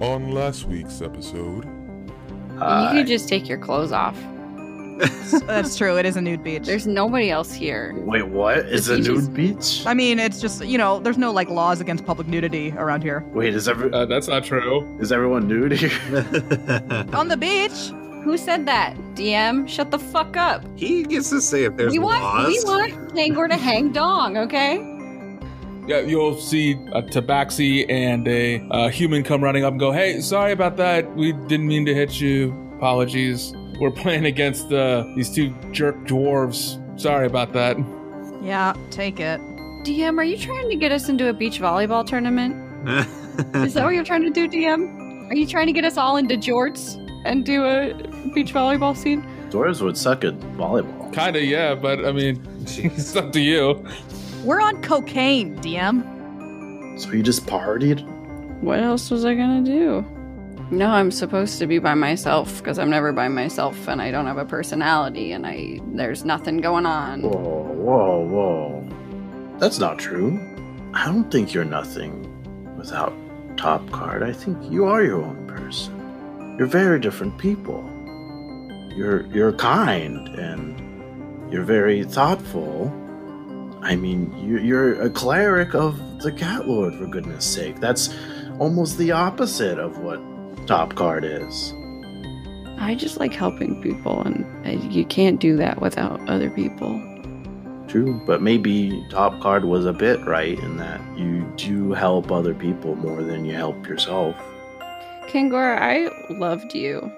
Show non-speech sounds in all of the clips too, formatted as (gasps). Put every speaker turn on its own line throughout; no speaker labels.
On last week's episode,
you
Uh,
could just take your clothes off.
That's true. It is a nude beach.
There's nobody else here.
wait, what? Is it
He
nude
just-
beach?
I mean, it's just you know, there's no like laws against public nudity around here.
Wait, is every
Uh, that's not true.
is everyone nude here?
(laughs)
On the beach.
Who said that? DM, shut the fuck up.
(laughs) he gets to say if there's
we want
laws.
we
(laughs)
want Kangor to hang dong, okay?
Yeah, you'll see a tabaxi and a uh, human come running up and go, "Hey, sorry about that. We didn't mean to hit you. Apologies. We're playing against uh, these two jerk dwarves. Sorry about that." (laughs)
Yeah, take it.
DM, are you trying to get us into a beach volleyball tournament? Is that what you're trying to do, DM? Are you trying to get us all into jorts and do a beach volleyball scene?
Dwarves would suck at volleyball.
Kinda, yeah, but I mean, (laughs) it's up to you.
We're on cocaine, DM.
So you just partied?
What else was I gonna do? No, I'm supposed to be by myself because I'm never by myself and I don't have a personality and I there's nothing going
Whoa,
on.
whoa, whoa. That's not true. I don't think you're nothing without Top Card. I think you are your own person. You're very different people. You're you're kind and you're very thoughtful. I mean, you, you're a cleric of the Cat Lord, for goodness sake. That's almost the opposite of what Top Card is.
I just like helping people and I, you can't do that without other people.
True, but maybe Top Card was a bit right in that you do help other people more than you help yourself.
Kangor, I loved you.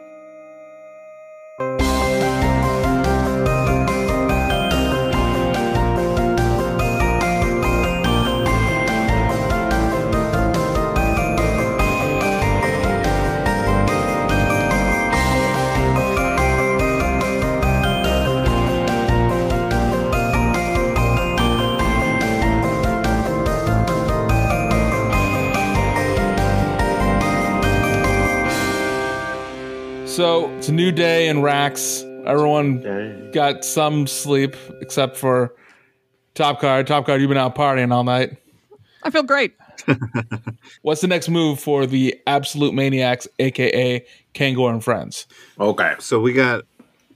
So it's a new day in Rax. Everyone
Okay.
got some sleep except for Top Card. Top Card, you've been out partying all night.
I feel great.
What's the next move for the Absolute Maniacs, aka Kangor and Friends?
Okay.
so we got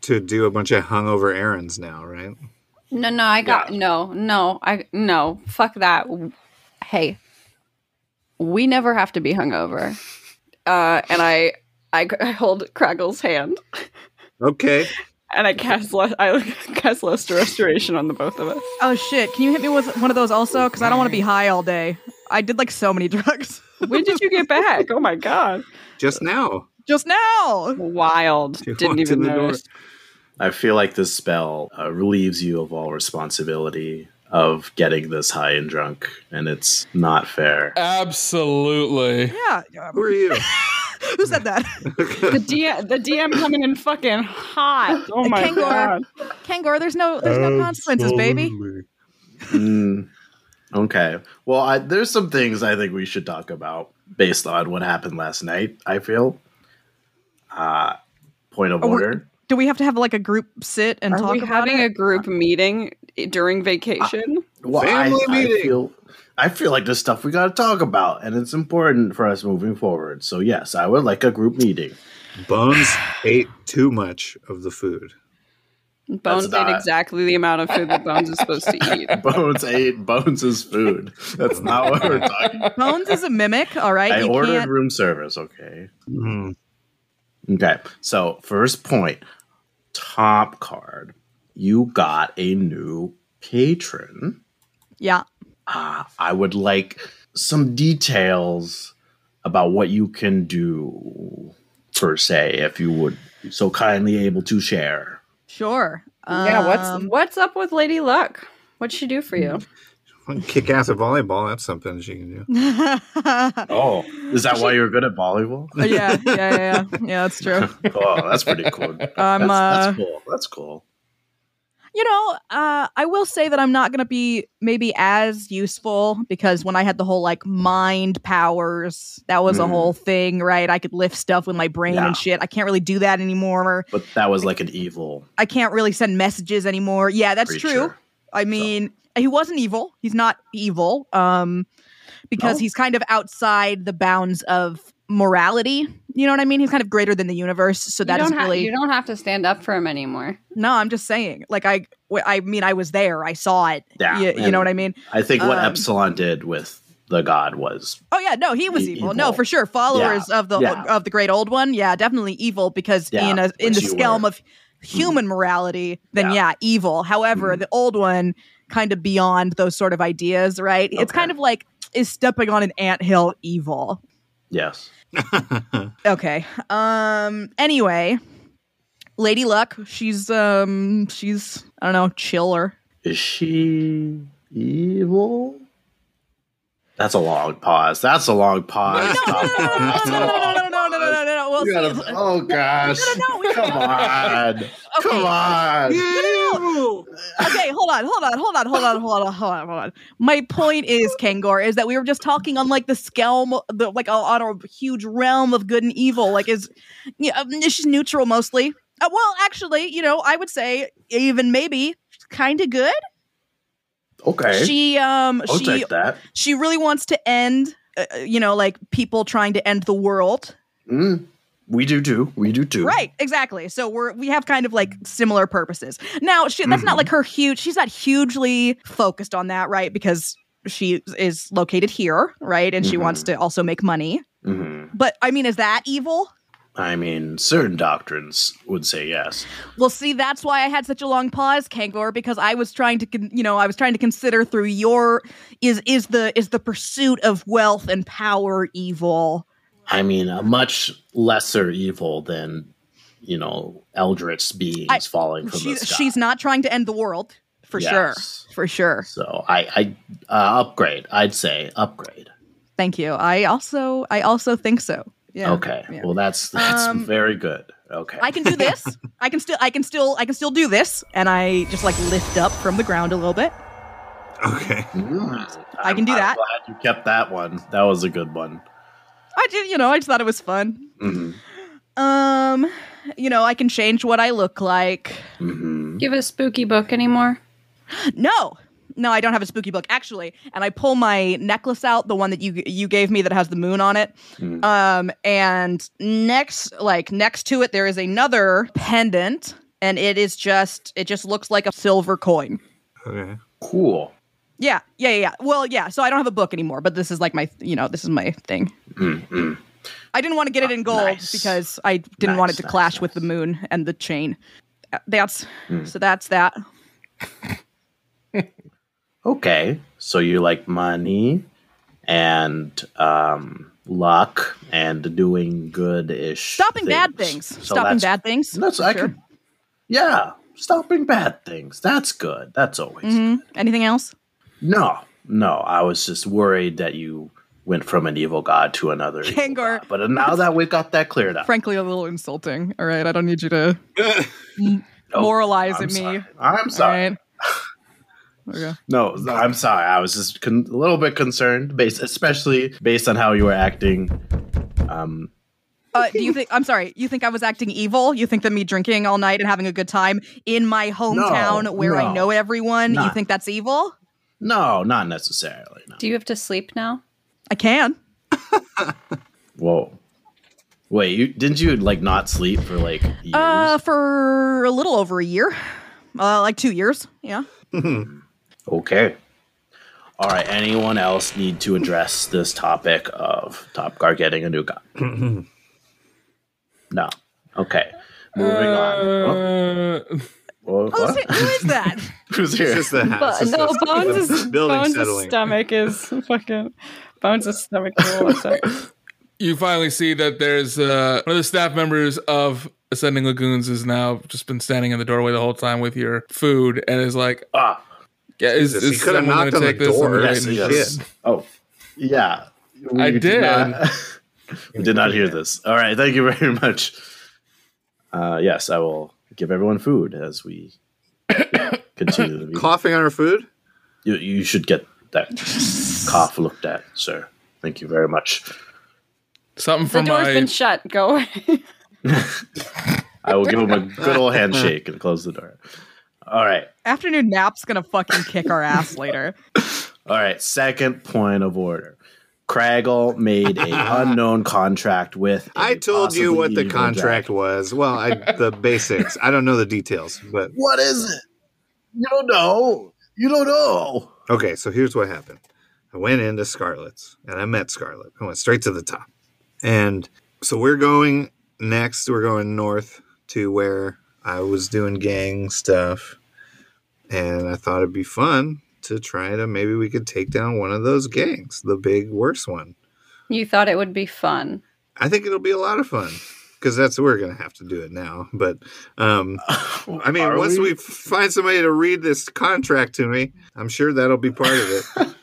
to do a bunch of hungover errands now, right?
No, no, I got no, no, I no, fuck that. Hey, we never have to be hungover. Uh, and I, I, I (laughs) hold Craggle's hand
Okay.
and I cast, le- I (laughs) cast Luster Restoration on the both of us.
Oh shit! Can you hit me with one of those also? Because I don't want to be high all day. I did like so many (laughs) drugs
When did you get back? (laughs) Oh my god,
Just now.
just now.
wild!
She
(laughs) Didn't
walked
even
in the door.
notice.
I feel like this spell uh, relieves you of all responsibility of getting this high and drunk, and it's not
(laughs)
fair.
Absolutely.
Yeah. um,
Who are you?
Who said that?
The DM, the DM coming in fucking hot. Oh my
Kangor.
god!
(laughs) Kangor, there's no, there's
Oh,
no consequences, baby.
Absolutely.
Mm. Okay. Well, I, there's some things I think we should talk about based on what happened last night, I feel. Uh, point of
Oh, we're-
order.
Do we have to have like a group sit and
Are
talk
we
about
having
it? Ah,
a group meeting during vacation?
Well,
Family
I, I
meeting.
feel I feel like there's stuff we got to talk about, and it's important for us moving forward. So yes, I would like a group meeting. (laughs)
Bones ate too much of the food.
Bones
That's
ate
not-
exactly the amount of food that Bones is supposed to
(laughs)
eat.
Bones ate Bones' food. That's not what
(laughs)
we're talking. about.
Bones is a mimic, all right.
I
you
ordered
can't.
room service. Okay.
Hmm.
Mm.
Okay. So first point, top card. You got a new patron.
Yeah.
uh, I would like some details about what you can do, per se, if you would so kindly able to share.
Sure.
yeah, what's
Um,
what's up with Lady Luck? What'd she do for you?
Kick ass at volleyball. That's something she can do.
(laughs)
Oh, is that why you're good at volleyball?
yeah, Uh, yeah, yeah, yeah. Yeah, that's true.
oh, (laughs) that's pretty cool. That's,
I'm uh,
that's cool. That's cool.
you know, uh, I will say that I'm not going to be maybe as useful because when I had the whole like mind powers, that was a
Mm.
whole thing, right? I could lift stuff with my brain
Yeah.
and shit. I can't really do that anymore.
But that was like an evil.
I can't really send messages anymore. Yeah, that's true.
creature.
I mean, he wasn't evil. He's not evil. Um, because
No?
he's kind of outside the bounds of morality. You know what I mean? He's kind of greater than the universe, so that
you,
doesn't
don't ha-
really.
you don't have to stand up for him anymore.
No, I'm just saying. Like I, w- I mean, I was there. I saw it.
Yeah,
You, you
and-
know what I mean?
I think what
Um,
Epsilon did with the god was
Oh yeah, no, he was
E-
evil. No,
evil.
for sure. Followers of the
yeah.
of the great old one. Yeah, definitely evil because
Yeah,
in a, in
which
the
you
scale
were. Mm-hmm.
of human morality, then
Yeah. Mm-hmm.
yeah. evil. However, the old one kind of beyond those sort of ideas, right? It's
Okay.
kind of like is stepping on an anthill evil.
yes.
Okay. Um anyway, Lady Luck, she's um she's I don't know, chiller.
Is she evil? That's a long pause. That's a long pause.
No,
Stop.
no, no, no,
That's a
no, no,
long
no, no, no, no, no, no, no. Well,
You gotta-
see,
oh gosh!
no, no, we-
Come on! Come on!
Evil!
okay, hold on, hold on, hold on, hold on, hold on, hold on, hold on. My point is, Kangor, is that we were just talking on like the scale, the like on a huge realm of good and evil. Like, is yeah, um, she's neutral mostly. Uh, well, actually, you know, I would say even maybe kind of good.
Okay,
She um
I'll
she
take that.
she really wants to end, uh, uh, you know, like people trying to end the world.
Mm. We do too. We do too.
Right, exactly. So we're we have kind of like similar purposes. Now, she, that's
Mm-hmm.
not like her huge. She's not hugely focused on that, right? Because she is located here, right, and she
Mhm.
wants to also make money.
hmm
But I mean, is that evil?
I mean, certain doctrines would say yes.
Well, see, that's why I had such a long pause, Kangor, because I was trying to, con- you know, I was trying to consider through your is is the is the pursuit of wealth and power evil?
I mean, a much lesser evil than you know, eldritch beings
I-
falling from
She,
the sky.
she's not trying to end the world for
Yes.
sure, for sure.
So I, I uh, upgrade. I'd say upgrade.
Thank you. I also I also think so. Yeah.
okay.
yeah.
Well, that's that's
Um,
very good. Okay.
I can do this. I can still I can still I can still do this and I just like lift up from the ground a little bit.
Okay.
Mm.
I can do
I'm-
that.
I'm glad you kept that one. That was a good one.
I just you know, I just thought it was fun.
hmm
Um, you know, I can change what I look like. Mm-hmm.
hmm
Do you have a spooky book anymore?
No. No, I don't have a spooky book actually, and I pull my necklace out, the one that you you gave me that has the moon on it.
Mm.
Um, and next, like next to it, there is another pendant, and it is just it just looks like a silver coin.
Okay.
Cool.
Yeah, yeah, yeah, yeah. Well, yeah. So I don't have a book anymore, but this is like my, you know, this is my thing.
Mm-hmm.
I didn't want to get it in gold
Nice.
because I didn't want it
Nice,
to
nice,
clash with the
nice. Hmm.
moon and the chain. Uh, That's so. That's that.
Okay. So you like money and um, luck and doing good ish.
Stopping bad things. Stopping bad things.
That's I
Sure.
could. Yeah. Stopping bad things. That's good. That's always good.
Mhm. Anything else?
No, no. I was just worried that you went from an evil god to another. evil
Kangor.
god. But now that we got that cleared up,
Frankly, a little insulting. All right, I don't need
(laughs)
you to
Oh,
moralize
I'm
at me.
sorry. I'm sorry.
All right. Okay.
No, I'm sorry. I was just con- a little bit concerned, based especially based on how you were acting. Um,
Uh, do you think? I'm sorry. You think I was acting evil? You think that me drinking all night and having a good time in my hometown, where I
no.
know everyone, you
Nah.
think that's evil?
no, not necessarily. No.
Do you have to sleep now?
I can.
Whoa. Wait, you didn't you like not sleep for like years?
Uh, for a little over a year, uh, like two years. Yeah.
okay. All right. Anyone else need to address this topic of Top Guard getting a new gun? no. Okay. Moving on.
Uh,
Oh,
Oh,
what?
is it- who is (laughs) that?
(laughs) Who's
It's
here?
just the house. It's just the- the building settling.
stomach
(laughs)
is fucking bones is stomach. (laughs)
you finally see that there's uh, one of the staff members of Ascending Lagoons has now just been standing in the doorway the whole time with your food and is like,
Ah,
yeah, is,
Jesus, he
is
could have
someone gonna
knocked on the
take this?
door.
and
yes,
write
Right,
yes.
shit.
Oh, yeah. We
I did.
not- (laughs) we did not hear this. All right. Thank you very much. Uh, yes, I will give everyone food as
(coughs)
we continue the meeting.
Coughing on her food?
You, you should get
(laughs)
that cough looked at, sir. Thank you very much.
Something
the
from
door's
my
been shut. Go away. (laughs)
I will give him a good old handshake and close the door. All right.
Afternoon (laughs) nap's gonna fucking kick our ass later.
All right. Second point of order Craggle made
(laughs)
a unknown contract with. a
I told you
possibly
what the
evil
contract
dragon.
was. Well, I,
(laughs)
the basics. I don't know the details, but
What is it? You don't know. You don't know.
okay. So here's what happened. I went into Scarlet's and I met Scarlet. I went straight to the top, and so we're going next. We're going north to where I was doing gang stuff, and I thought it'd be fun to try to maybe we could take down one of those gangs, the big worst one.
You thought it would be fun.
I think it'll be a lot of fun because that's we're gonna have to do it now. But um, I mean,
Are
once we? f find somebody to read this contract to me, I'm sure that'll be part of it.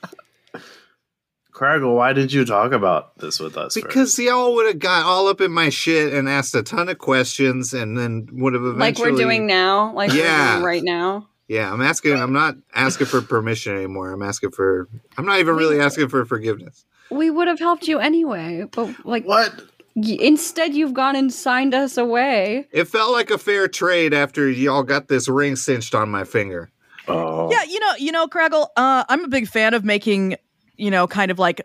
Craggle, why did you talk about this with us? first?
because y'all would have got all up in my shit and asked a ton of questions, and then would have eventually.
Like we're doing now. Like we're
Yeah.
doing right now.
Yeah, I'm asking. I'm not asking for permission anymore. I'm asking for. I'm not even really asking for forgiveness.
We would have helped you anyway, but like
what?
y- instead you've gone and signed us away.
It felt like a fair trade after y'all got this ring cinched on my finger.
Oh,
Yeah, you know, you know, Craggle, uh, I'm a big fan of making, you know, kind of like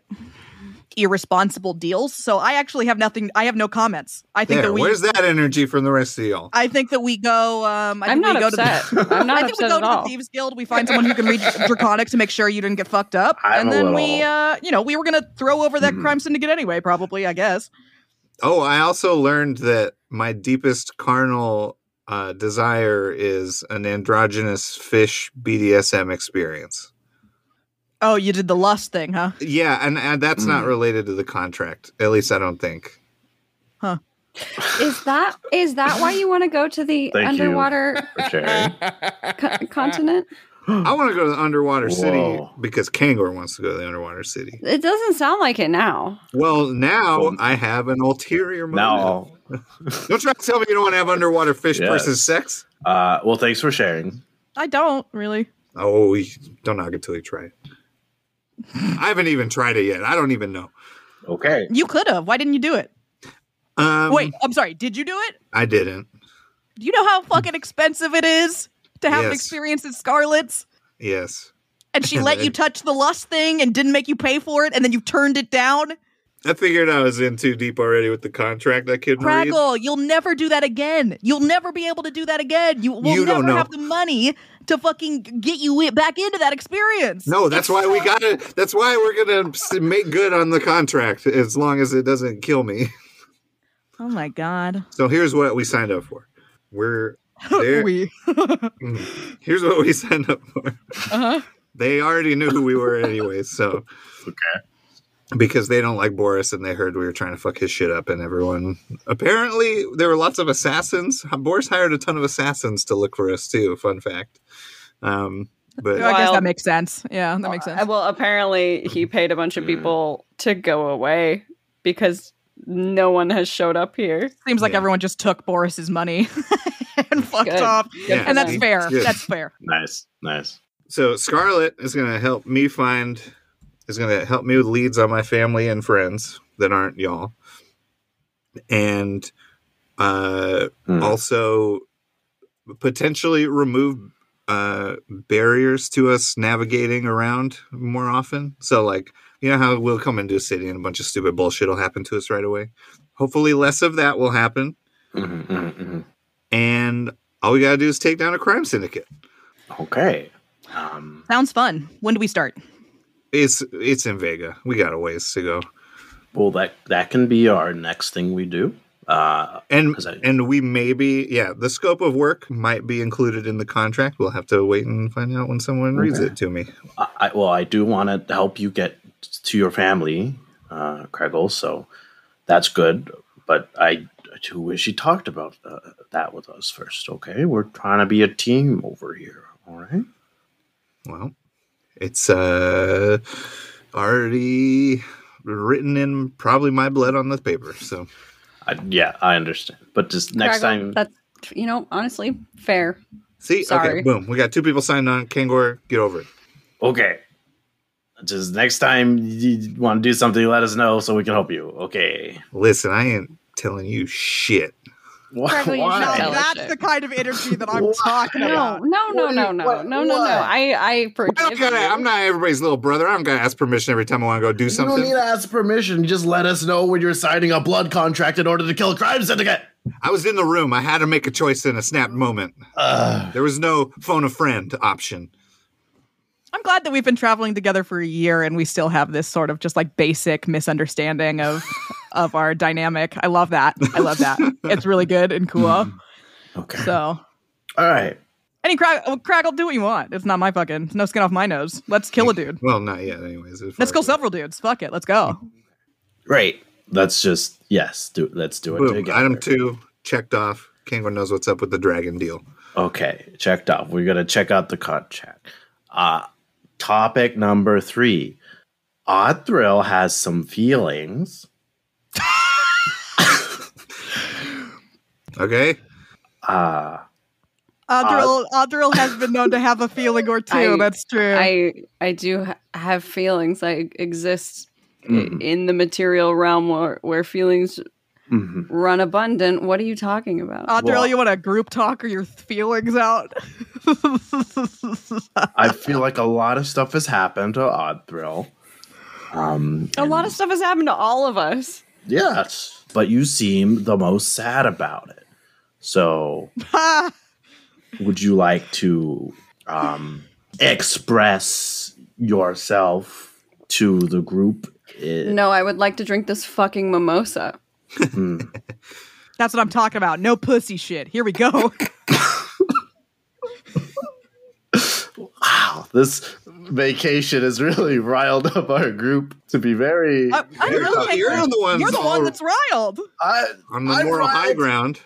irresponsible deals. So I actually have nothing. I have no comments. I think
There,
that we.
where's that energy from the rest of y'all?
I think that we go. Um, I
I'm
think
not
we
upset.
(laughs) Go to the,
I'm not
I think we
upset
go
at
to the
all.
thieves guild. We find someone
(laughs)
who can read draconic to make sure you didn't get fucked up,
I'm
and
a
then we,
little-
uh, you know, we were gonna throw over that
Mhm.
crime syndicate anyway. Probably, I guess.
Oh, I also learned that my deepest carnal uh, desire is an androgynous fish BDSM experience.
Oh, you did the lust thing, huh?
Yeah, and, and that's not
Mm.
related to the contract. At least I don't think.
Is that is that why you want to go to the
Thank you.
underwater
okay.
(laughs)
(laughs)
co- continent?
I want to go to the underwater city
Whoa.
because Kangor wants to go to the underwater city.
It doesn't sound like it now.
Well, now
Well,
I have an ulterior motive.
Now,
Don't try to tell me you don't want to have underwater fish
Yes.
versus sex.
uh, well, thanks for sharing.
I don't really.
Oh, you- don't knock it till you try it. I haven't even tried it yet. I don't even know.
Okay.
You could have. Why didn't you do it?
Um,
Wait, I'm sorry. Did you do it?
I didn't.
Do you know how fucking expensive it is to have an
Yes.
experience at Scarlet's?
Yes.
And she let you touch the lust thing and didn't make you pay for it, and then you turned it down.
I figured I was in too deep already with the contract I couldn't read.
Craggle, you'll never do that again. You'll never be able to do that again. You will
You
never
don't know.
have the money to fucking get you i- back into that experience.
No, that's why we got to That's why we're gonna s- make good on the contract as long as it doesn't kill me. (laughs)
Oh my (laughs) god.
So here's what we signed up for. We're there.
We.
here's what we (laughs) signed up for.
Uh-huh.
They already knew who we were anyway, so because they don't like Boris and they heard we were trying to fuck his shit up and everyone. Apparently, there were lots of assassins. Boris hired a ton of assassins to look for us too. Fun fact. Um, but
I guess
Wild.
that makes sense. Yeah, that makes sense.
Uh, Well, apparently he paid a bunch of people to go away because no one has showed up here.
Seems like
Yeah.
everyone just took Boris's money (laughs) and fucked
Good.
off.
Yeah,
And that's
see?
fair.
Good.
That's fair.
Nice. Nice.
So Scarlet is going to help me find is going to help me with leads on my family and friends that aren't y'all. And uh
Hmm.
also potentially remove uh barriers to us navigating around more often. So like you know how we'll come into a city and a bunch of stupid bullshit will happen to us right away. Hopefully less of that will happen
Mhm, mhm, mhm.
and all we got to do is take down a crime syndicate.
Okay. Um,
Sounds fun. When do we start?
It's it's in Vega. We got a ways to go,
well, that that can be our next thing we do. Uh,
and
'Cause I-
and we maybe yeah. The scope of work might be included in the contract. We'll have to wait and find out when someone reads
Okay.
it to me.
I, I, well, I do want to help you get to your family, uh, Craigle. So that's good. But I do wish you talked about uh, that with us first. Okay, we're trying to be a team over here. All right.
Well, it's uh already written in probably my blood on the paper. So
I, yeah, I understand. But just next
Craggle,
time,
that's you know honestly fair.
see, okay,
Sorry.
boom. We got two people signed on. Kangor, get over it.
okay. Just next time you want to do something, let us know so we can help you. Okay.
Listen, I ain't telling you shit.
Why?
Crackle, you
No,
should
why?
tell us.
that's the kind of energy that (laughs) I'm
Why?
talking
No,
about.
no, no,
What do
no,
you-
no,
what-
no, no, no.
what?
I, I
I
forgive
don't gotta,
you.
I'm not everybody's little brother. I don't gotta ask permission every time I want to go do
You don't
something.
need to ask permission. Just let us know when you're signing a blood contract in order to kill a crime syndicate.
I was in the room. I had to make a choice in a snap moment.
Uh,
There was no phone a friend option.
I'm glad that we've been traveling together for a year and we still have this sort of just like basic misunderstanding of
(laughs)
of our dynamic. I love that. I love that. it's really good
(laughs)
and cool.
okay.
So,
All right.
any crack, well, crackle, do what you want. It's not my fucking. It's no skin off my nose. Let's
(laughs)
kill a dude.
Well, not yet, anyways.
Let's kill several dudes. Fuck it.
(laughs)
Let's go.
Right. Let's just yes. Do let's do it
Boom.
together.
Item two checked off. Kango knows what's up with the dragon deal.
Okay, checked off. We're gonna check out the contract. Uh topic number three. Odd Thrill has some feelings.
Okay.
Uh
Adril, Adril has been known to have a feeling or two.
Uh, (laughs) I-
that's true.
I, I do ha- have feelings. I exist i-
Mhm.
in the material realm where, where feelings
mhm.
run abundant. What are you talking about?
Adril,
well-
you want to group talk or your feelings out? (laughs)
I feel like a lot of stuff has happened to Odd Thrill. Um
a lot of stuff has happened to all of us.
Yes. But you seem the most sad about it. So
Ha!
would you like to um express yourself to the group? Eh,
No, I would like to drink this fucking mimosa.
hmm.
That's what I'm talking about. No pussy shit. Here
(laughs)
we go.
wow, this vacation has really (laughs) riled up our group to be very.
I, I
You're,
really think
you're
you're,
the ones
the
all
one that's riled.
I,
on the
I'm
moral
right.
high ground.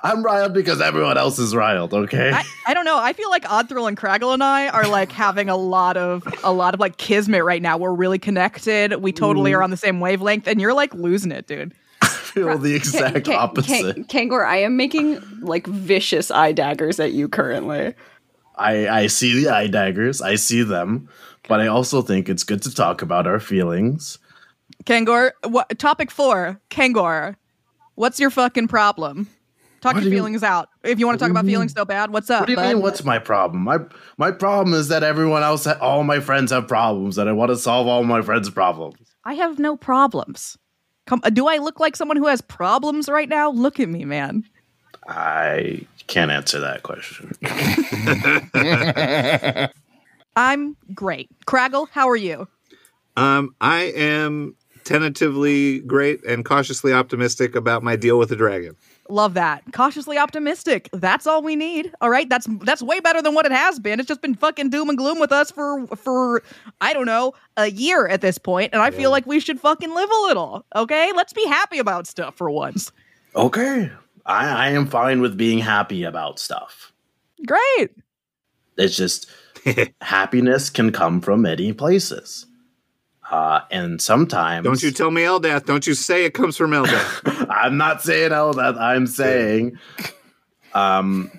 I'm riled because everyone else is riled. Okay.
I, I don't know. I feel like Odd Thrill and Craggle and I are like having a lot of a lot of like kismet right now. We're really connected. We totally
Mm-hmm.
are on the same wavelength, and you're like losing it, dude.
(laughs) feel the exact
Ka- Ka-
opposite.
Ka- Kangor, I am making like vicious eye daggers at you currently.
I I see the eye daggers. I see them, but I also think it's good to talk about our feelings.
Kangor, what topic four? Kangor, what's your fucking problem? Talk
What
your
do you-
feelings out. If you want to talk about feelings so bad, what's up?
What do you
bud?
mean? What's my problem? My my problem is that everyone else, ha- all my friends have problems, and I want to solve all my friends' problems.
I have no problems. Come, do I look like someone who has problems right now? Look at me, man.
I can't answer that question.
I'm great. Craggle, how are you?
Um, I am tentatively great and cautiously optimistic about my deal with the dragon.
Love that. Cautiously optimistic. That's all we need. All right. That's that's way better than what it has been. It's just been fucking doom and gloom with us for for I don't know a year at this point, and I feel like we should fucking live a little. Okay, let's be happy about stuff for once.
Okay. I, I am fine with being happy about stuff.
Great.
It's
(laughs)
just happiness can come from many places. Uh, and sometimes
Don't you tell me Eldath. Don't you say it comes from Eldath.
(laughs) I'm not saying all that. I'm saying um,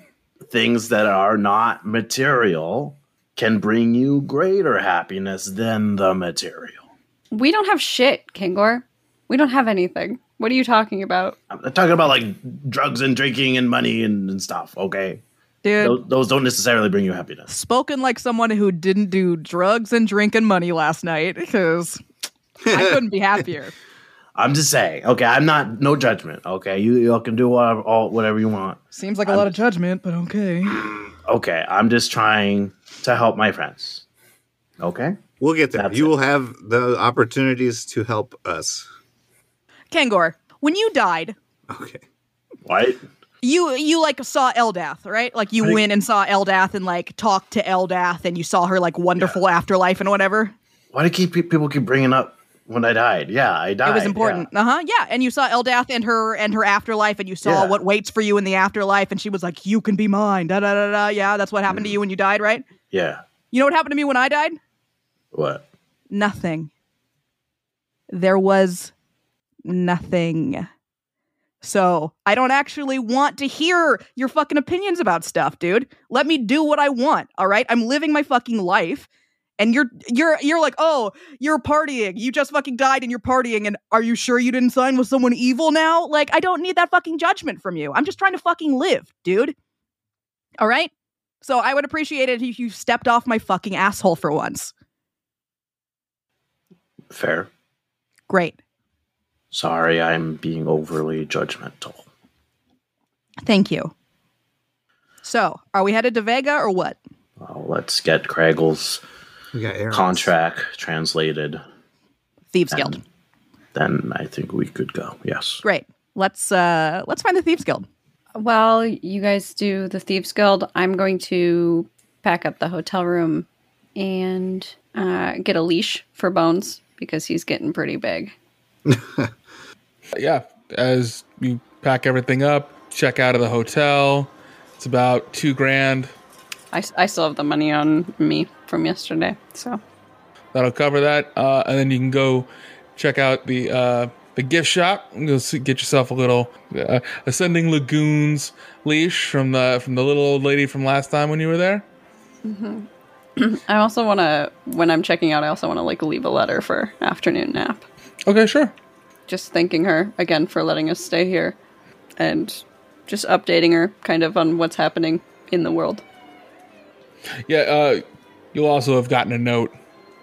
things that are not material can bring you greater happiness than the material.
We don't have shit, Kangor. We don't have anything. What are you talking about?
I'm not talking about like drugs and drinking and money and, and stuff. Okay.
Dude,
Those, those don't necessarily bring you happiness.
spoken like someone who didn't do drugs and drinking money last night because I couldn't be happier.
I'm just saying. Okay, I'm not no judgment. Okay, you you all can do whatever all, whatever you want.
Seems like a lot of judgment, but okay.
Okay, I'm just trying to help my friends. Okay,
We'll get there.
That's
you
it.
will have the opportunities to help us.
Kangor, when you died,
Okay.
right?
you you like saw Eldath, right? Like you went and saw Eldath and like talked to Eldath and you saw her like wonderful afterlife and whatever.
Why do keep pe- people keep bringing up when I died? Yeah, I died.
It was important.
yeah.
Uh huh. Yeah. And you saw Eldath and her and her afterlife and you saw
Yeah.
what waits for you in the afterlife and she was like, You can be mine. Da da da da. Yeah, that's what
Mm.
happened to you when you died, right?
Yeah.
You know what happened to me when I died?
What?
nothing. There was nothing. So I don't actually want to hear your fucking opinions about stuff, dude. Let me do what I want, all right? I'm living my fucking life. and you're you're you're like, oh, you're partying. You just fucking died and you're partying. And are you sure you didn't sign with someone evil now? Like, I don't need that fucking judgment from you. I'm just trying to fucking live, dude. All right. So I would appreciate it if you stepped off my fucking asshole for once.
Fair.
Great.
Sorry, I'm being overly judgmental.
Thank you. So, are we headed to Vega or what?
Well, let's get Craggle's
We got Aaron.
contract translated.
Thieves
and
Guild.
Then I think we could go. Yes.
Great. Let's uh let's find the Thieves Guild.
Well, you guys do the Thieves Guild. I'm going to pack up the hotel room and uh, get a leash for Bones because he's getting pretty big.
yeah, as you pack everything up, check out of the hotel. It's about two grand.
I, s- I still have the money on me from yesterday. So,
That'll cover that. Uh, and then you can go check out the uh, the gift shop and go see, get yourself a little uh, ascending lagoons leash from the from the little old lady from last time when you were there.
I also want to, when I'm checking out, I also want to like leave a letter for afternoon nap.
Okay, sure.
Just thanking her again for letting us stay here and just updating her kind of on what's happening in the world.
Yeah, uh, you'll also have gotten a note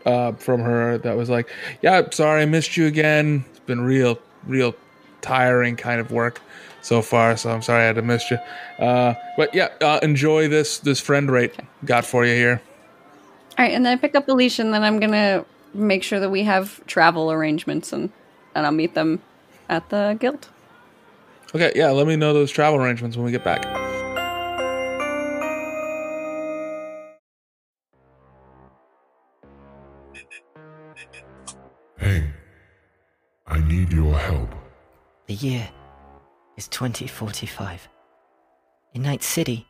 uh, from her that was like, "Yeah, sorry, I missed you again. It's been real, real tiring kind of work so far. So I'm sorry I had to miss you. Uh, but yeah, uh, enjoy this this friend rate got for you here.
All right, and then I pick up the leash, and then I'm gonna make sure that we have travel arrangements, and and I'll meet them at the guild.
Okay, yeah, let me know those travel arrangements when we get back.
Hey, I need your help.
The year is 2045. In Night City,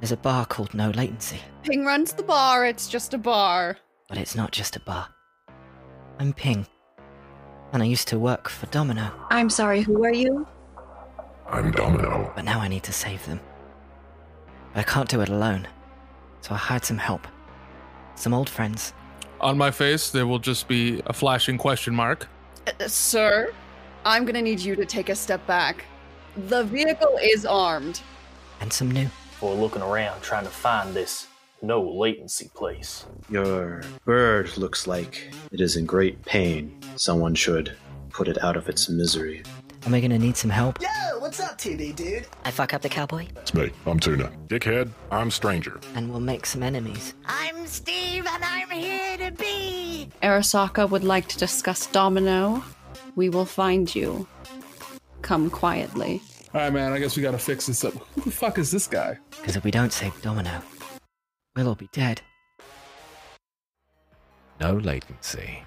there's a bar called No Latency,
Ping runs the bar. It's just a bar.
but it's not just a bar. I'm Ping, and I used to work for Domino,
I'm sorry, who are you?
I'm Domino.
but now I need to save them. But I can't do it alone, so I hired some help. Some old friends.
On my face, there will just be a flashing question mark.
Uh, sir, I'm gonna need you to take a step back. The vehicle is armed.
And some new.
Before looking around trying to find this no latency place.
Your bird looks like it is in great pain. Someone should put it out of its misery.
Am I gonna need some help?
Yo, what's up, TD dude?
I fuck up the cowboy,
It's me. I'm Tuna. Dickhead, I'm Stranger.
and we'll make some enemies.
I'm Steve, and I'm here to be.
Arasaka would like to discuss Domino.
We will find you. Come quietly.
All right, man, I guess we gotta fix this up. Who the fuck is this guy?
Because if we don't save Domino, we'll all be dead.
No Latency.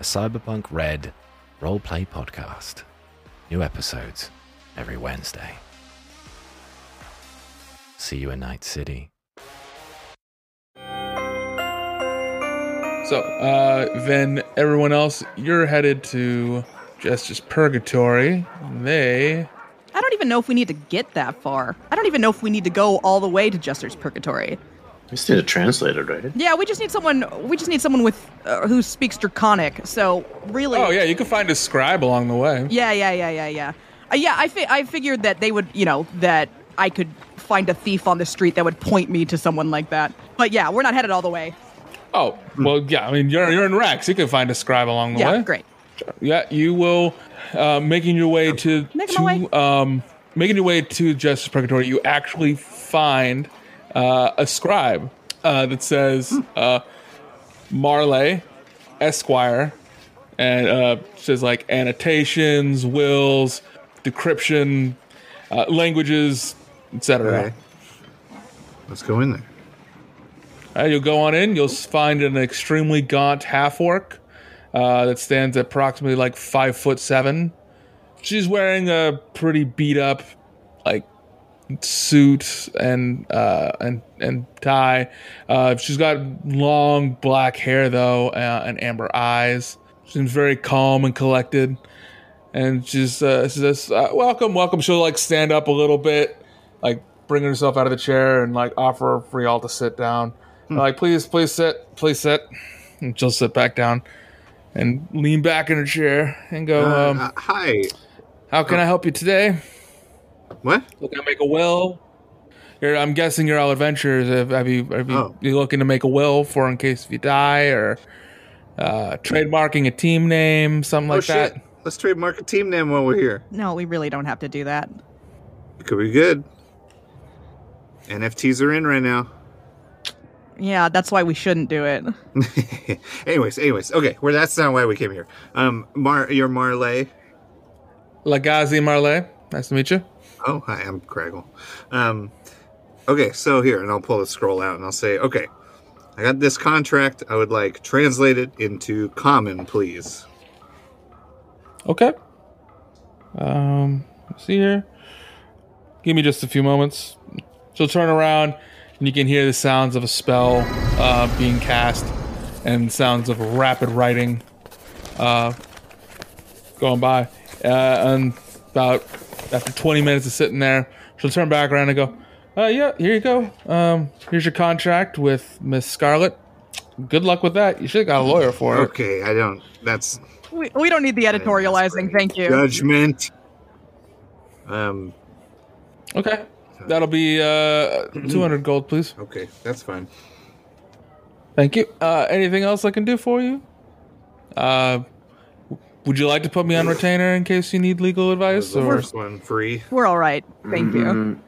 A Cyberpunk Red roleplay podcast. New episodes every Wednesday. See you in Night City.
So, uh, then everyone else, you're headed to Justice Purgatory. They.
I don't even know if we need to get that far. I don't even know if we need to go all the way to Jester's Purgatory.
I just need a translator, right?
Yeah, we just need someone. We just need someone with uh, who speaks Draconic. So really,
Oh, yeah, you can find a scribe along the way.
yeah, yeah, yeah, yeah, yeah. Uh, yeah, I fi- I figured that they would, you know, that I could find a thief on the street that would point me to someone like that. But yeah, we're not headed all the way.
Oh, well, yeah, I mean, you're, you're in Rex. You can find a scribe along the
Yeah,
way.
great.
Yeah, you will uh, making your way to,
Making
to
my
um making your way to Justice Purgatory. You actually find uh, a scribe uh, that says
Hmm.
uh, Marley Esquire, and uh, says like annotations, wills, decryption, uh, languages, etc.
Okay. Let's go in there.
Uh, you'll go on in. You'll find an extremely gaunt half orc uh, that stands at approximately like five foot seven. She's wearing a pretty beat up, like suit and uh, and and tie. Uh, she's got long black hair though uh, and amber eyes. Seems very calm and collected. And she's uh, she says, uh, "Welcome, welcome." She'll like stand up a little bit, like bring herself out of the chair and like offer for y'all to sit down I'm like, please, please sit, please sit. And she'll sit back down and lean back in her chair and go,
Uh,
um,
uh, hi.
How can I help you today?
What?
Look, I make a will. You're, I'm guessing you're all adventurers. Have, have you, have you, you looking to make a will for in case if you die or uh, trademarking a team name, something
oh
like
shit.
that?
Let's trademark a team name while we're here.
No, we really don't have to do that.
It could be good. NFTs are in right now. (laughs)
Yeah, that's why we shouldn't do it.
anyways, anyways, okay. Well, that's not why we came here. Um, Mar, you're Marley.
Lagazi Marley. Nice to meet you.
Oh, hi. I'm Craggle. Um, okay, so here, and I'll pull the scroll out, and I'll say, okay, I got this contract. I would like translated into common, please.
Okay. Um, let's see here. Give me just a few moments. She'll turn around, and you can hear the sounds of a spell uh, being cast, and sounds of rapid writing uh, going by. Uh, and about after 20 minutes of sitting there, she'll turn back around and go, uh, "Yeah, here you go. Um, here's your contract with Miss Scarlet. Good luck with that. You should have got a lawyer for it."
Okay, I don't. That's
We, we don't need the editorializing. Thank you.
judgment. Um.
Okay. That'll be uh, 200 gold, please.
Okay, that's fine.
Thank you. Uh, anything else I can do for you? Uh, would you like to put me on retainer in case you need legal advice?
The
Or
first one free.
We're all right. Thank you.
Mm,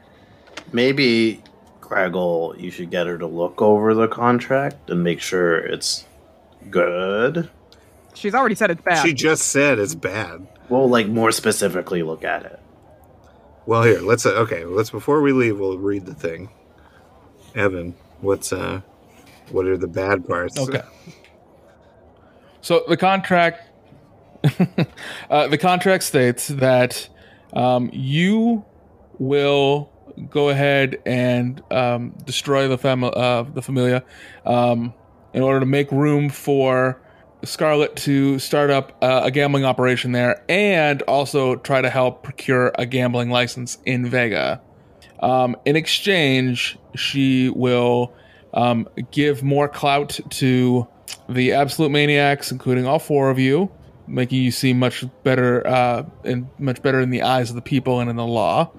Maybe Craggle, you should get her to look over the contract and make sure it's good.
She's already said it's bad.
She just said it's bad.
Well, like more specifically, look at it.
Well, here, let's. Uh, okay, let's. Before we leave, we'll read the thing. Evan, what's uh, what are the bad parts? (laughs)
Okay. So the contract, (laughs) uh, the contract states that um, you will go ahead and um, destroy the fam- uh, the familia um, in order to make room for Scarlet to start up uh, a gambling operation there, and also try to help procure a gambling license in Vega. Um, in exchange, she will um, give more clout to the absolute maniacs, including all four of you, making you seem much better uh, and much better in the eyes of the people and in the law.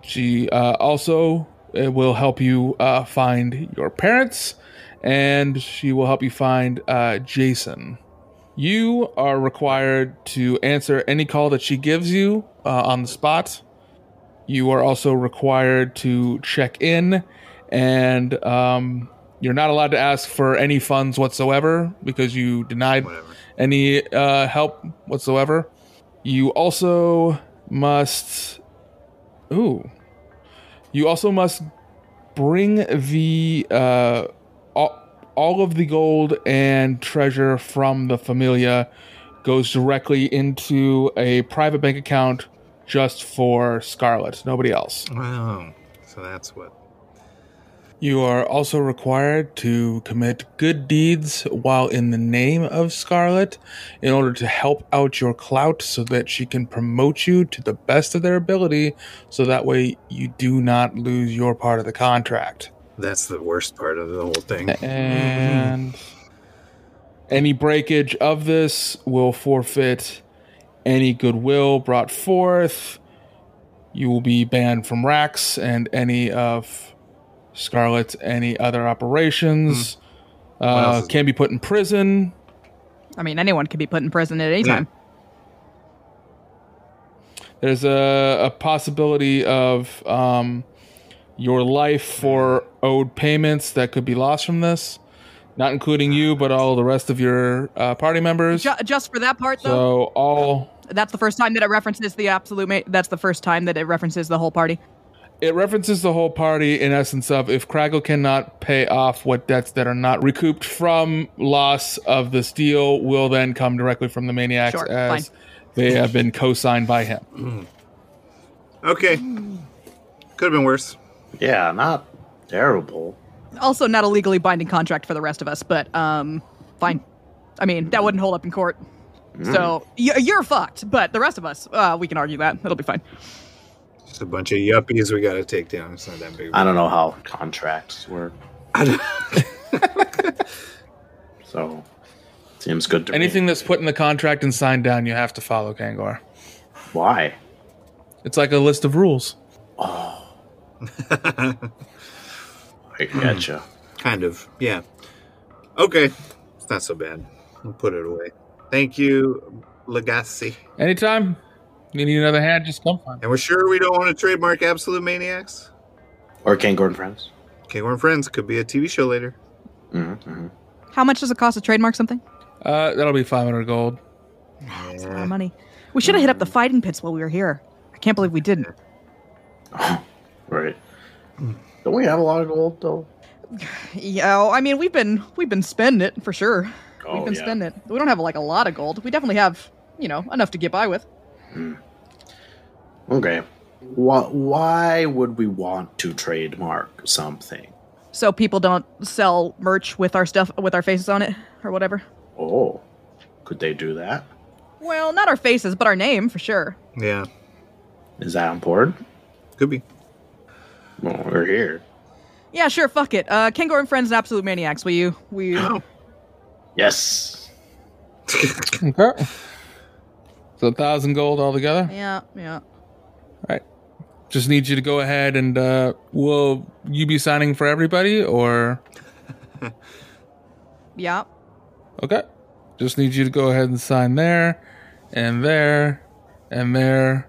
She uh, also uh, will help you uh, find your parents, and she will help you find uh, Jason. You are required to answer any call that she gives you uh, on the spot. You are also required to check in, and um, you're not allowed to ask for any funds whatsoever because you denied any uh, help whatsoever. You also must. Ooh. You also must bring the uh, all, all of the gold and treasure from the familia goes directly into a private bank account just for Scarlet, nobody else.
Wow. So that's what.
You are also required to commit good deeds while in the name of Scarlet in order to help out your clout so that she can promote you to the best of their ability so that way you do not lose your part of the contract.
That's the worst part of the whole thing.
And any breakage of this will forfeit any goodwill brought forth. You will be banned from racks and any of Scarlet's any other operations.
Hmm. What else
Uh,
is-
can be put in prison.
I mean, anyone could be put in prison at any time.
There's a, a possibility of um, your life for owed payments that could be lost from this, not including you, but all the rest of your uh, party members.
Ju- just for that part, though,
So all
that's the first time that it references the absolute. Ma- that's the first time that it references the whole party.
it references the whole party in essence of if Craggle cannot pay off what debts that are not recouped from loss of this deal will then come directly from the maniacs
Sure,
as
fine.
they have been co-signed by him.
Okay. Could have been worse.
Yeah, not terrible.
Also, not a legally binding contract for the rest of us, but um, fine. I mean, that wouldn't hold up in court. So y- you're fucked, but the rest of us, uh, we can argue that. It'll be fine.
Just a bunch of yuppies we got to take down. It's not that big. of a
I don't
deal.
know how contracts work. (laughs) so seems good to
Anything that's put in the contract and signed down, you have to follow, Kangor.
Why?
It's like a list of rules.
I gotcha.
kind of. Yeah. Okay. It's not so bad. I'll put it away. Thank you, Legacy.
Anytime you need another hand, just come find.
And we're sure we don't want to trademark Absolute Maniacs?
Or Kangor and Friends.
Kangor and Friends could be a TV show later.
Mm-hmm, mm-hmm.
How much does it cost to trademark something?
Uh, that'll be 500 gold.
That's a lot of money. We should have hit up the fighting pits while we were here. I can't believe we didn't.
Right. Don't we have a lot of gold though?
Yeah, oh, I mean we've been we've been spending it for sure.
Oh,
we've been
yeah.
spending it. We don't have like a lot of gold. We definitely have you know enough to get by with.
Okay. Why, why would we want to trademark something?
So people don't sell merch with our stuff with our faces on it or whatever.
Oh, could they do that?
Well, not our faces, but our name for sure.
Yeah.
Is that important?
Could be.
Well, we're here.
Yeah, sure. Fuck it. Uh, Kangor and friends, and absolute maniacs. Will you?
(gasps)
Will you?
Yes.
Okay. So a thousand gold altogether.
yeah, yeah.
Just need you to go ahead and uh, will you be signing for everybody or
Yeah.
okay? Just need you to go ahead and sign there, and there, and there.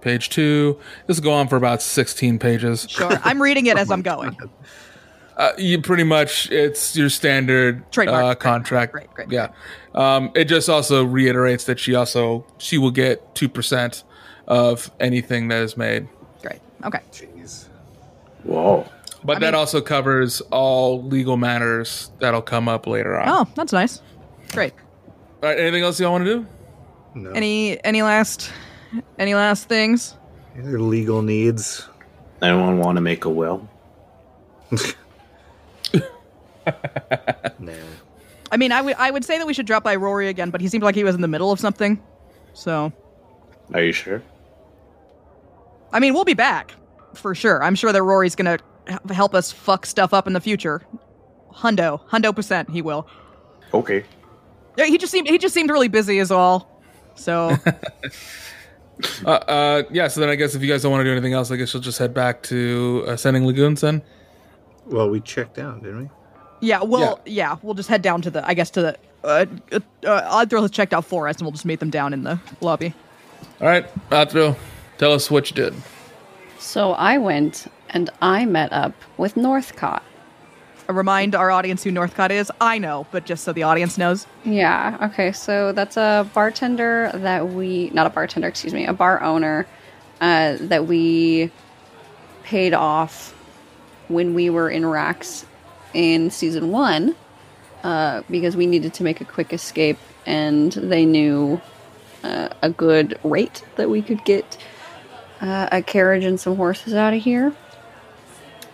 Page two. This will go on for about sixteen pages.
Sure. I'm reading it as I'm going.
Uh, you pretty much it's your standard
Trademark.
uh, contract.
Great, great,
Yeah. Um, it just also reiterates that she also she will get two percent of anything that is made,
Great. Okay.
Jeez.
Whoa.
but that also covers all legal matters that'll come up later on.
Oh, that's nice. Great.
All right. Anything else y'all want to do?
No.
Any any last any last things?
Their legal needs.
Anyone want to make a will?
No.
I mean, I would I would say that we should drop by Rory again, but he seemed like he was in the middle of something. So,
Are you sure?
I mean, we'll be back for sure. I'm sure that Rory's gonna h- help us fuck stuff up in the future. Hundo, hundo percent, he will.
Okay.
Yeah, he just seemed he just seemed really busy is all. So,
Uh, uh, yeah. So then I guess if you guys don't want to do anything else, I guess you'll just head back to Ascending Lagoons then.
Well, we checked out, didn't we?
yeah, well, yeah. we'll just head down to the I guess to the uh, uh, uh, Odthrill has checked out Forest, and we'll just meet them down in the lobby.
All right, Athro, tell us what you did.
So I went and I met up with Northcott.
remind our audience who Northcott is. I know, but just so the audience knows.
Yeah. Okay. So that's a bartender that we, not a bartender, excuse me, a bar owner uh, that we paid off when we were in Rax in season one uh, because we needed to make a quick escape and they knew uh, a good rate that we could get uh, a carriage and some horses out of here.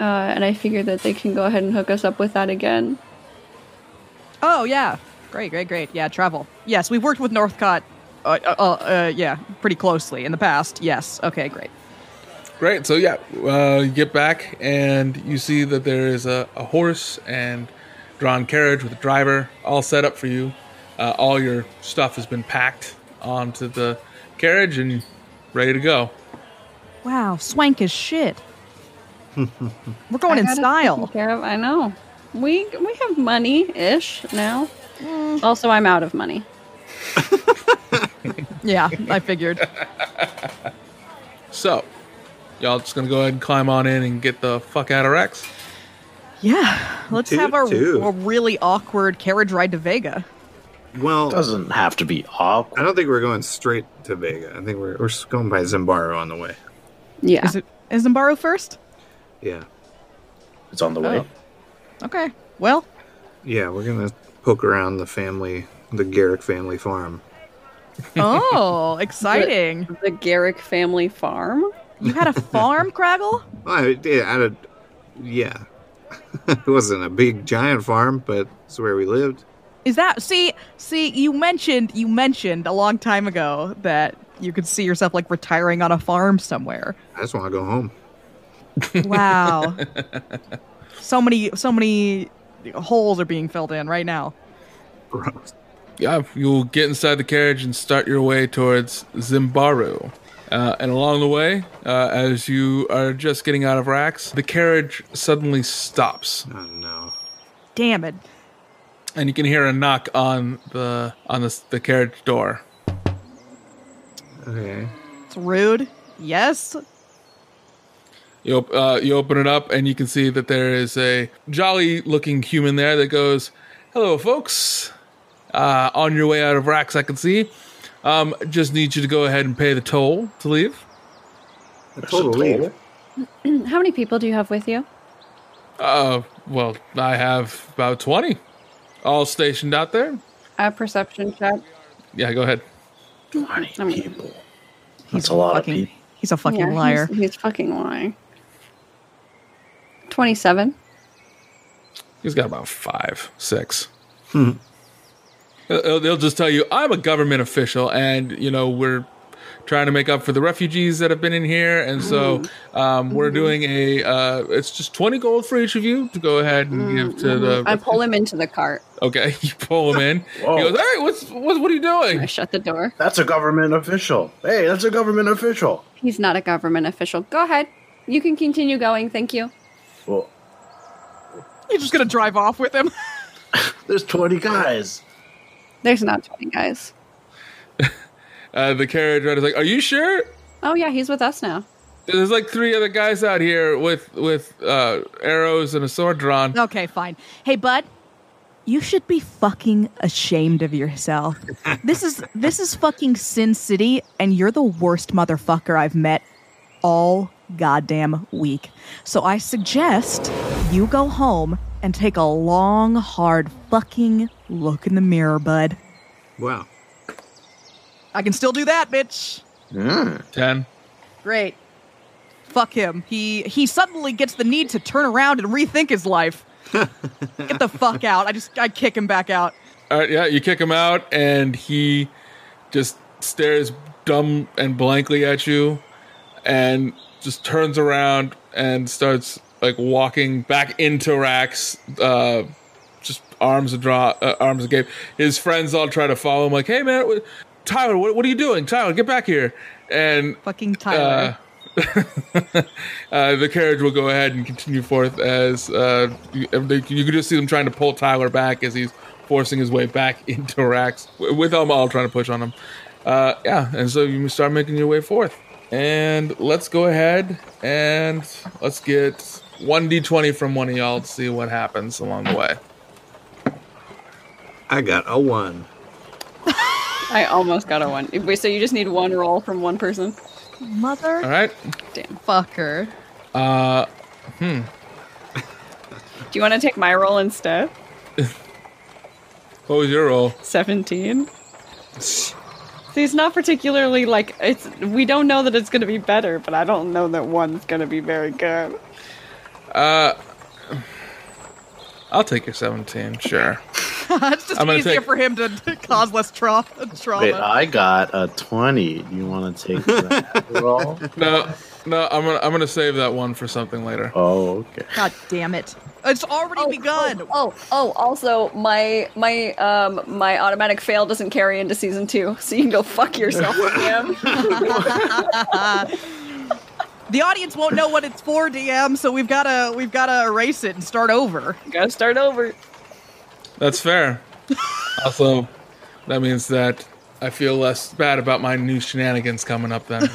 Uh, and I figured that they can go ahead and hook us up with that again.
Oh yeah, great, great, great. Yeah, travel. Yes, we've worked with Northcott. Uh, uh, uh, yeah, pretty closely in the past. Yes. Okay, great.
Great. So yeah, uh, you get back and you see that there is a, a horse and drawn carriage with a driver all set up for you. Uh, all your stuff has been packed onto the carriage and ready to go.
Wow, swank is shit. We're going
I
in
got it taken
style.
care of. I know. We we have money ish now.
Mm.
Also, I'm out of money.
Yeah, I figured.
So y'all just gonna go ahead and climb on in and get the fuck out of Rex.
Yeah, let's
Toot,
have our
toot.
a really awkward carriage ride to Vega.
Well,
Doesn't have to be awkward.
I don't think we're going straight to Vega. I think we're, we're just going by Zimbaro on the way.
Yeah.
Is it is Zambaro first?
Yeah.
It's on the way.
Okay. Well,
Yeah, we're going to poke around the family, the Garrick family farm.
oh, exciting!
the Garrick family farm? (clears throat)
You had a farm, Craggle?
Well, I, yeah, I, don't- yeah. (laughs) it wasn't a big giant farm, but it's where we lived.
Is that see see you mentioned you mentioned a long time ago that you could see yourself like retiring on a farm somewhere.
I just want to go home.
Wow. (laughs) So many, so many holes are being filled in right now.
Yeah, you'll get inside the carriage and start your way towards Zimbaru. Uh, and along the way, uh, as you are just getting out of racks, the carriage suddenly stops.
Oh (laughs) no!
Damn it!
And you can hear a knock on the on the, the carriage door.
Okay.
It's rude. Yes.
You, op- uh, you open it up, and you can see that there is a jolly looking human there that goes, Hello, folks. Uh, on your way out of racks, I can see. Um, just need you to go ahead and pay the toll to leave.
The toll to leave?
How many people do you have with you?
Uh, well, I have about 20 all stationed out there.
A perception check.
Yeah, go ahead.
20 people.
He's
That's a lot
fucking,
of people.
He's a fucking
Yeah, he's- (laughs)
liar.
He's, fucking lying. Twenty-seven.
He's got about five, six. They'll- They'll, they'll just tell you, I'm a government official, and, you know, we're trying to make up for the refugees that have been in here. And so um, we're doing a, uh, it's just 20 gold for each of you to go ahead and give to the.
I pull him into the cart.
(laughs) okay, you pull him in. he
Whoa.
goes, Hey, what's, what, what are you doing?
I shut the door.
That's a government official. Hey, that's a government official.
He's not a government official. Go ahead. You can continue going. Thank you.
Well,
You're just gonna drive off with him.
there's 20 guys.
There's not twenty guys.
Uh, the carriage rider's like, Are you sure?
Oh yeah, he's with us now.
There's like three other guys out here with with uh, arrows and a sword drawn.
Okay, fine. Hey, bud, you should be fucking ashamed of yourself. this is this is fucking Sin City, and you're the worst motherfucker I've met all goddamn week. So I suggest you go home and take a long, hard fucking look in the mirror, bud.
Wow.
I can still do that, bitch.
Ten.
Great. Fuck him. He he suddenly gets the need to turn around and rethink his life. Get the fuck out. I just I kick him back out.
All right, yeah, you kick him out, and he just stares dumb and blankly at you, and just turns around and starts like walking back into racks, uh, just arms a draw, uh, arms agape. His friends all try to follow him, like, "Hey, man, what, Tyler, what, what are you doing? Tyler, get back here!" And
Fucking Tyler.
(laughs) uh, the carriage will go ahead and continue forth as uh, you, they, you can just see them trying to pull Tyler back as he's forcing his way back (laughs) into racks w- with them all trying to push on him. Uh, yeah, and so you start making your way forth. And let's go ahead and let's get 1d20 from one of y'all to see what happens along the way.
I got a one.
I almost got a one. Wait, so you just need one roll from one person?
All
Mother
right.
fucker. (laughs)
Uh,
Do you want to take my roll instead?
what was your roll?
Seventeen. He's not particularly like it's. We don't know that it's going to be better, but I don't know that one's going to be very good.
Uh, I'll take your 17, sure.
it's just
I'm gonna
easier
take-
for him to, to cause less tra- trauma.
Wait, uh, I got a 20. You want to take that (laughs) roll?
No, no, I'm gonna, I'm gonna save that one for something later.
Oh, okay.
God damn it. It's already begun.
Oh, oh, also my my um my automatic fail doesn't carry into season two, so you can go fuck yourself, DM.
The audience won't know what it's for, DM, so we've gotta we've gotta erase it and start over.
Gotta start over.
That's fair. also, that means that I feel less bad about my new shenanigans coming up then.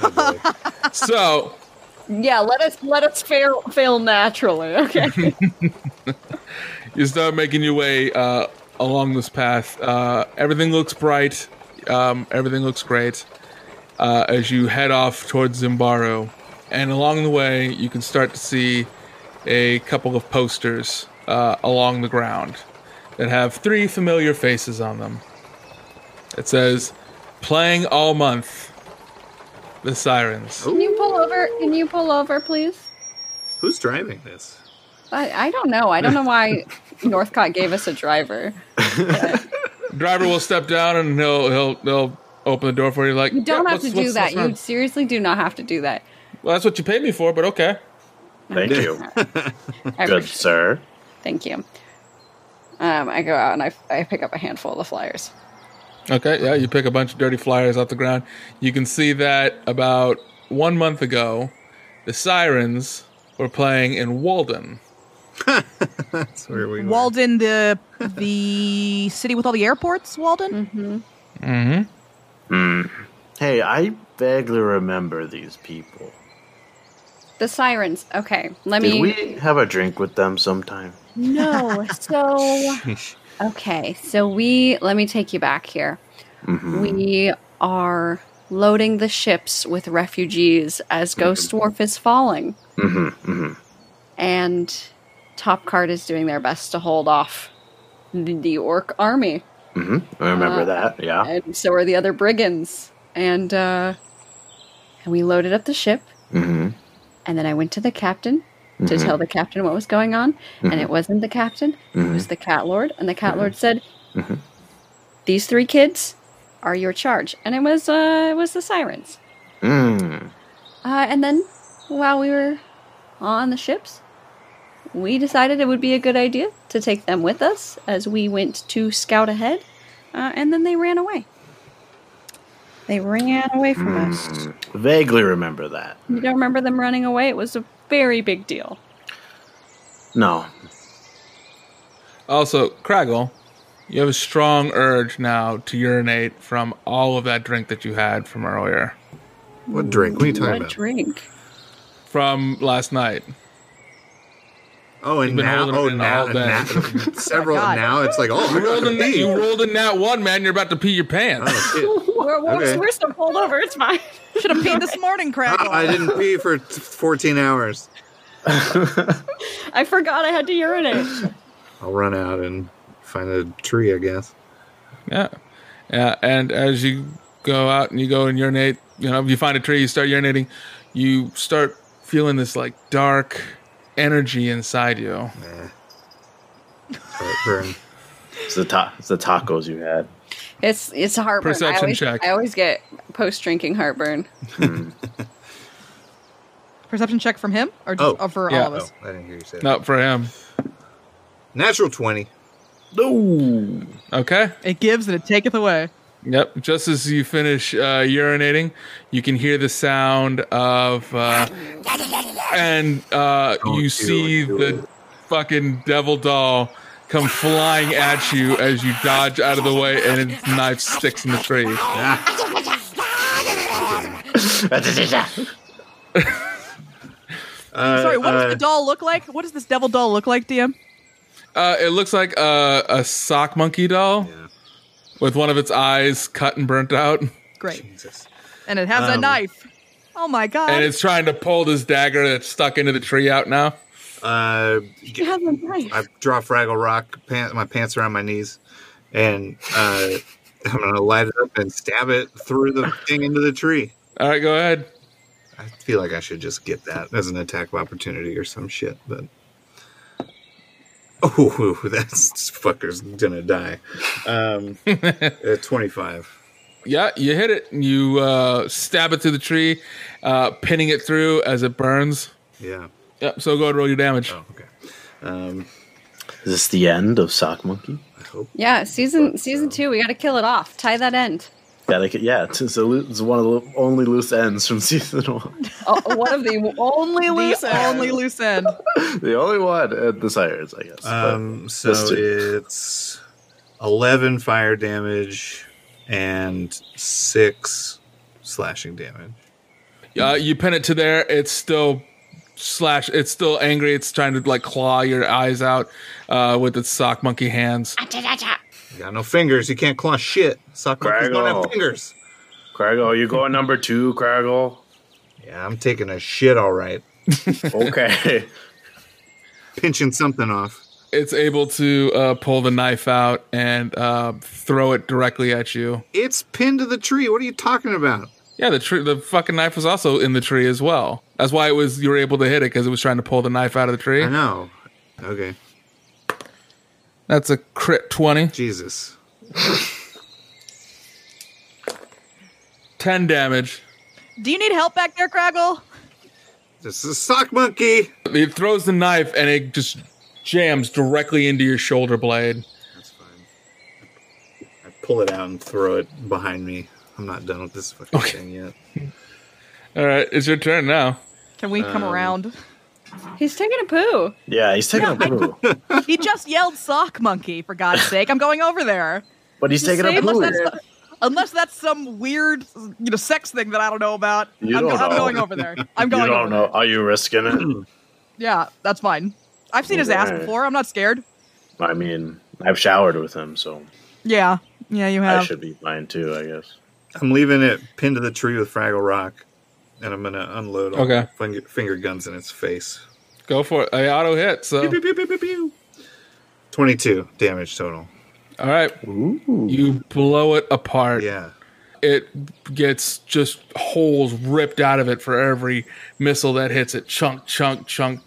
so,
Yeah, let us let us fail fail naturally. Okay.
you start making your way uh, along this path. Uh, everything looks bright. Um, everything looks great uh, as you head off towards Zimbaro. And along the way, you can start to see a couple of posters uh, along the ground that have three familiar faces on them. It says, Playing all month, the sirens.
Can you pull over? Can you pull over, please?
Who's driving this?
I, I don't know. I don't know why Northcott gave us a driver.
driver will step down and he'll he'll he'll open the door for you. Like
You don't
"Yeah,
have to
what's-
do
what's-
that.
what's wrong?"
You seriously do not have to do that.
well, that's what you paid me for, but okay.
Thank (laughs) you.
I
Good
appreciate
sir.
Thank you. Um, I go out and I, I pick up a handful of flyers.
Okay, yeah, you pick a bunch of dirty flyers off the ground. You can see that about one month ago, the Sirens were playing in Walden.
That's where we
Walden, the the city with all the airports. Walden.
Mm-hmm.
Hey, I vaguely remember these people.
The sirens. Okay, let
Did
me.
we have a drink with them sometime?
(laughs) No. So okay, so we let me take you back here.
Mm-hmm.
Mhm.
We are loading the ships with refugees as
Mm-hmm.
Ghost Wharf is falling,
hmm hmm
and Top Card is doing their best to hold off the, the Orc army.
hmm I remember
Uh,
that. Yeah.
and so are the other brigands. And uh, and we loaded up the ship,
hmm
and then I went to the captain to
Mhm.
tell the captain what was going on, and
Mm-hmm.
it wasn't the captain; it was the cat lord. And the cat lord said,
Mhm.
"These three kids are your charge," and it was uh, it was the sirens.
Mm.
Uh, and then while we were on the ships. We decided it would be a good idea to take them with us as we went to scout ahead, uh, and then they ran away. They ran away from us.
Hmm.
Vaguely remember that.
You don't remember them running away? It was a very big deal.
No.
Also, Craggle, you have a strong urge now to urinate from all of that drink that you had from earlier,
What drink? What are you talking
What
about?
drink? (laughs)
from last night.
Oh, and
been
now,
holding
oh,
it in
now,
all day. (laughs)
now, several.
God.
now it's like, oh,
You
I'm
rolled,
gonna
in that,
pee.
you rolled in that one, man. You're about to pee your pants.
Oh, shit.
We're, we're,
Okay.
we're still pulled over. It's fine.
Should have peed this morning, Craig.
(laughs) Ah, I didn't pee for t- 14 hours.
I forgot I had to urinate.
I'll run out and find a tree, I guess.
Yeah. Yeah. And as you go out and you go and urinate, you know, you find a tree, you start urinating, you start feeling this like dark energy inside you.
But for-
It's the, ta- it's the tacos you
(laughs)
had.
It's it's heartburn. I
Perception
always,
check.
I always get post drinking heartburn.
Perception check from him, or just
Oh.
or for
Yeah.
all of
oh,
us.
I didn't hear you say that.
Not for him.
Natural 20.
No.
Okay.
It gives and it taketh away.
Yep. Just as you finish uh, urinating, you can hear the sound of, uh, and uh,
Don't do
you
it,
see
do
the
it.
fucking devil doll come flying at you as you dodge out of the way, and its knife sticks in the tree.
Uh,
Sorry, what does
uh,
the doll look like? What does this devil doll look like, DM?
Uh, it looks like a, a sock monkey doll
Yeah.
with one of its eyes cut and burnt out,
Great.
Jesus.
And it has a
Um,
knife. Oh my god.
and it's trying to pull this dagger that's stuck into the tree out now.
Uh,
You have a knife.
I draw Fraggle Rock, pant, my pants around my knees, and uh, I'm going to light it up and stab it through the thing into the tree.
All right, go ahead.
I feel like I should just get that as an attack of opportunity or some shit, but. Oh, (laughs) that fucker's gonna die. Um,
(laughs)
uh, 25.
Yeah, you hit it. You uh, stab it through the tree, uh, pinning it through as it burns.
Yeah.
Yep. So go ahead and roll your damage.
Oh, okay. Um,
Is this the end of Sock Monkey?
I hope.
Yeah, season season two. We got to kill it off. Tie that end.
Yeah, like, yeah it's, it's, a, loo- it's one of the only loose ends from (laughs) season one.
Oh, one of the (laughs) only
the
loose.
only loose end.
the only one at the Sirens, I guess. but-
Um, so
Uh, Let's do it.
it's 11 fire damage and 6 slashing damage.
Uh, you pin it to there. It's still slash. It's still angry. It's trying to like claw your eyes out uh, with its sock monkey hands.
You got no fingers. You can't claw shit. Sock monkeys don't have
Fraggle.
fingers.
Craggle, you going number two, Craggle?
Yeah, I'm taking a shit all right.
Okay. (laughs)
Pinching something off.
it's able to uh, pull the knife out and uh, throw it directly at you.
It's pinned to the tree. What are you talking about?
Yeah, the tree, the fucking knife was also in the tree as well. That's why it was you were able to hit it because it was trying to pull the knife out of the tree.
I know. Okay.
That's a crit 20.
Jesus.
10 damage.
Do you need help back there, Craggle?
This is a sock monkey.
He throws the knife and it just jams directly into your shoulder blade.
I pull it out and throw it behind me. I'm not done with this fucking thing yet.
All right, it's your turn now.
Can we come
Um,
around?
He's taking a poo.
Yeah, he's taking a poo.
he just yelled sock monkey, for God's sake. I'm going over there.
But he's taking a
Unless
poo.
that's, unless that's some weird, you know, sex thing that I don't know about.
You
I'm,
don't
I'm
know.
going
(laughs)
over there. I'm going
You don't
over
know. Are you risking
(clears throat)
it?
Yeah, that's fine. I've seen his ass
Alright.
before. I'm not scared.
I mean, I've showered with him, so
Yeah. Yeah, you
I
have.
should be fine too, I guess.
I'm leaving it pinned to the tree with Fraggle Rock, and I'm gonna unload all
Okay.
okay. finger, finger guns in its face.
Go for it. I auto hit, so.
Pew, pew, pew, pew, pew. Twenty-two damage total.
All right. You blow it apart.
Yeah.
It gets just holes ripped out of it for every missile that hits it. Chunk, chunk, chunk.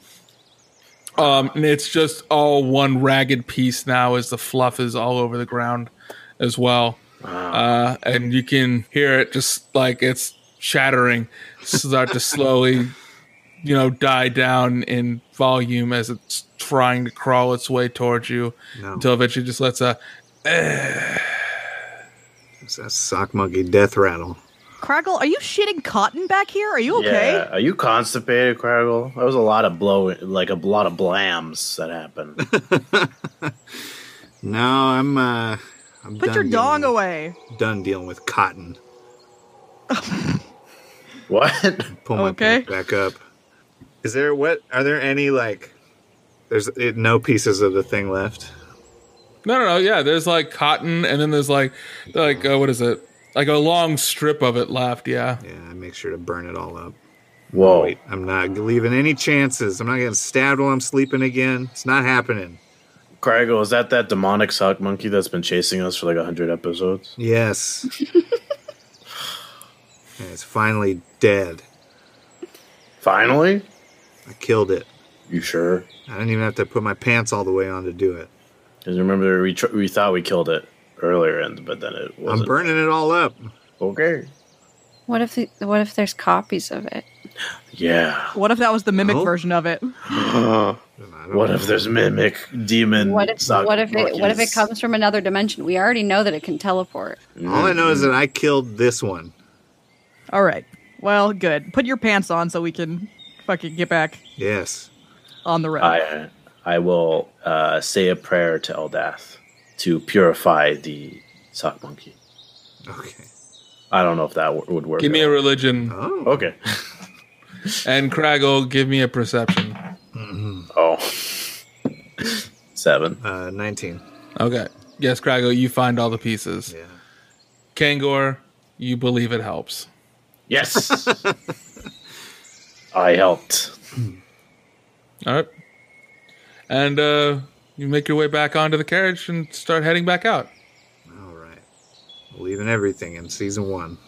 Um, and it's just all one ragged piece now as the fluff is all over the ground as well. Uh, and you can hear it just like it's shattering, start to slowly, you know, die down in volume as it's trying to crawl its way towards you
No.
until eventually it just lets a
It's that sock monkey death rattle.
Craggle, are you shitting cotton back here? Are you okay?
Yeah. Are you constipated, Craggle? That was a lot of blow, like a lot of blams that happened.
No, I'm uh, I'm
Put
done
your
dealing
dong
with-
away.
Done dealing with cotton.
what?
Pull my
Okay.
pants back up. Is there what? Are there any like? There's it, no pieces of the thing left.
No, no, no. Yeah, there's like cotton, and then there's like, like uh, what is it? Like a long strip of it left. Yeah.
Yeah, I make sure to burn it all up.
Whoa.
Wait, I'm not leaving any chances. I'm not getting stabbed while I'm sleeping again. It's not happening.
Craggle, is that that demonic sock monkey that's been chasing us for like 100 episodes?
Yes. and it's finally dead.
Finally?
I killed it.
You sure?
I didn't even have to put my pants all the way on to do it.
Because remember, we, tr- we thought we killed it earlier, and but then it wasn't.
I'm burning it all up.
Okay.
What if the, what if there's copies of it?
Yeah.
What if that was the mimic
No.
version of it?
what if there's mimic, demon,
What if
sock
what if it what if it
monkeys?
comes from another dimension? We already know that it can teleport.
All I know is that I killed this one.
All right. Well, good. Put your pants on so we can fucking get back
Yes.
on the road.
I I will uh, say a prayer to Eldath to purify the sock monkey.
Okay.
I don't know if that w- would work.
Give me
at
a religion,
Oh.
all.
(laughs)
okay.
and Craggle, give me a perception.
Oh, seven.
Uh, 19.
Okay. Yes, Craggle, you find all the pieces.
Yeah.
Kangor, you believe it helps. (laughs)
Yes, I helped.
All right. And uh, you make your way back onto the carriage and start heading back out.
All right. Leaving everything in season one.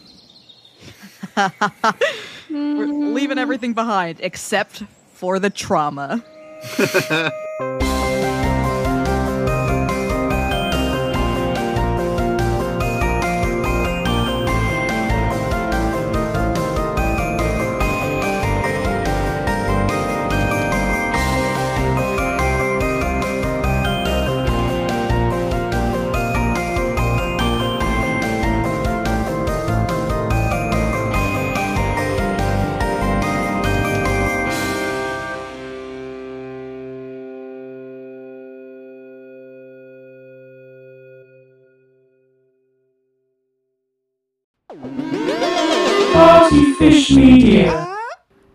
We're leaving everything behind except for the trauma.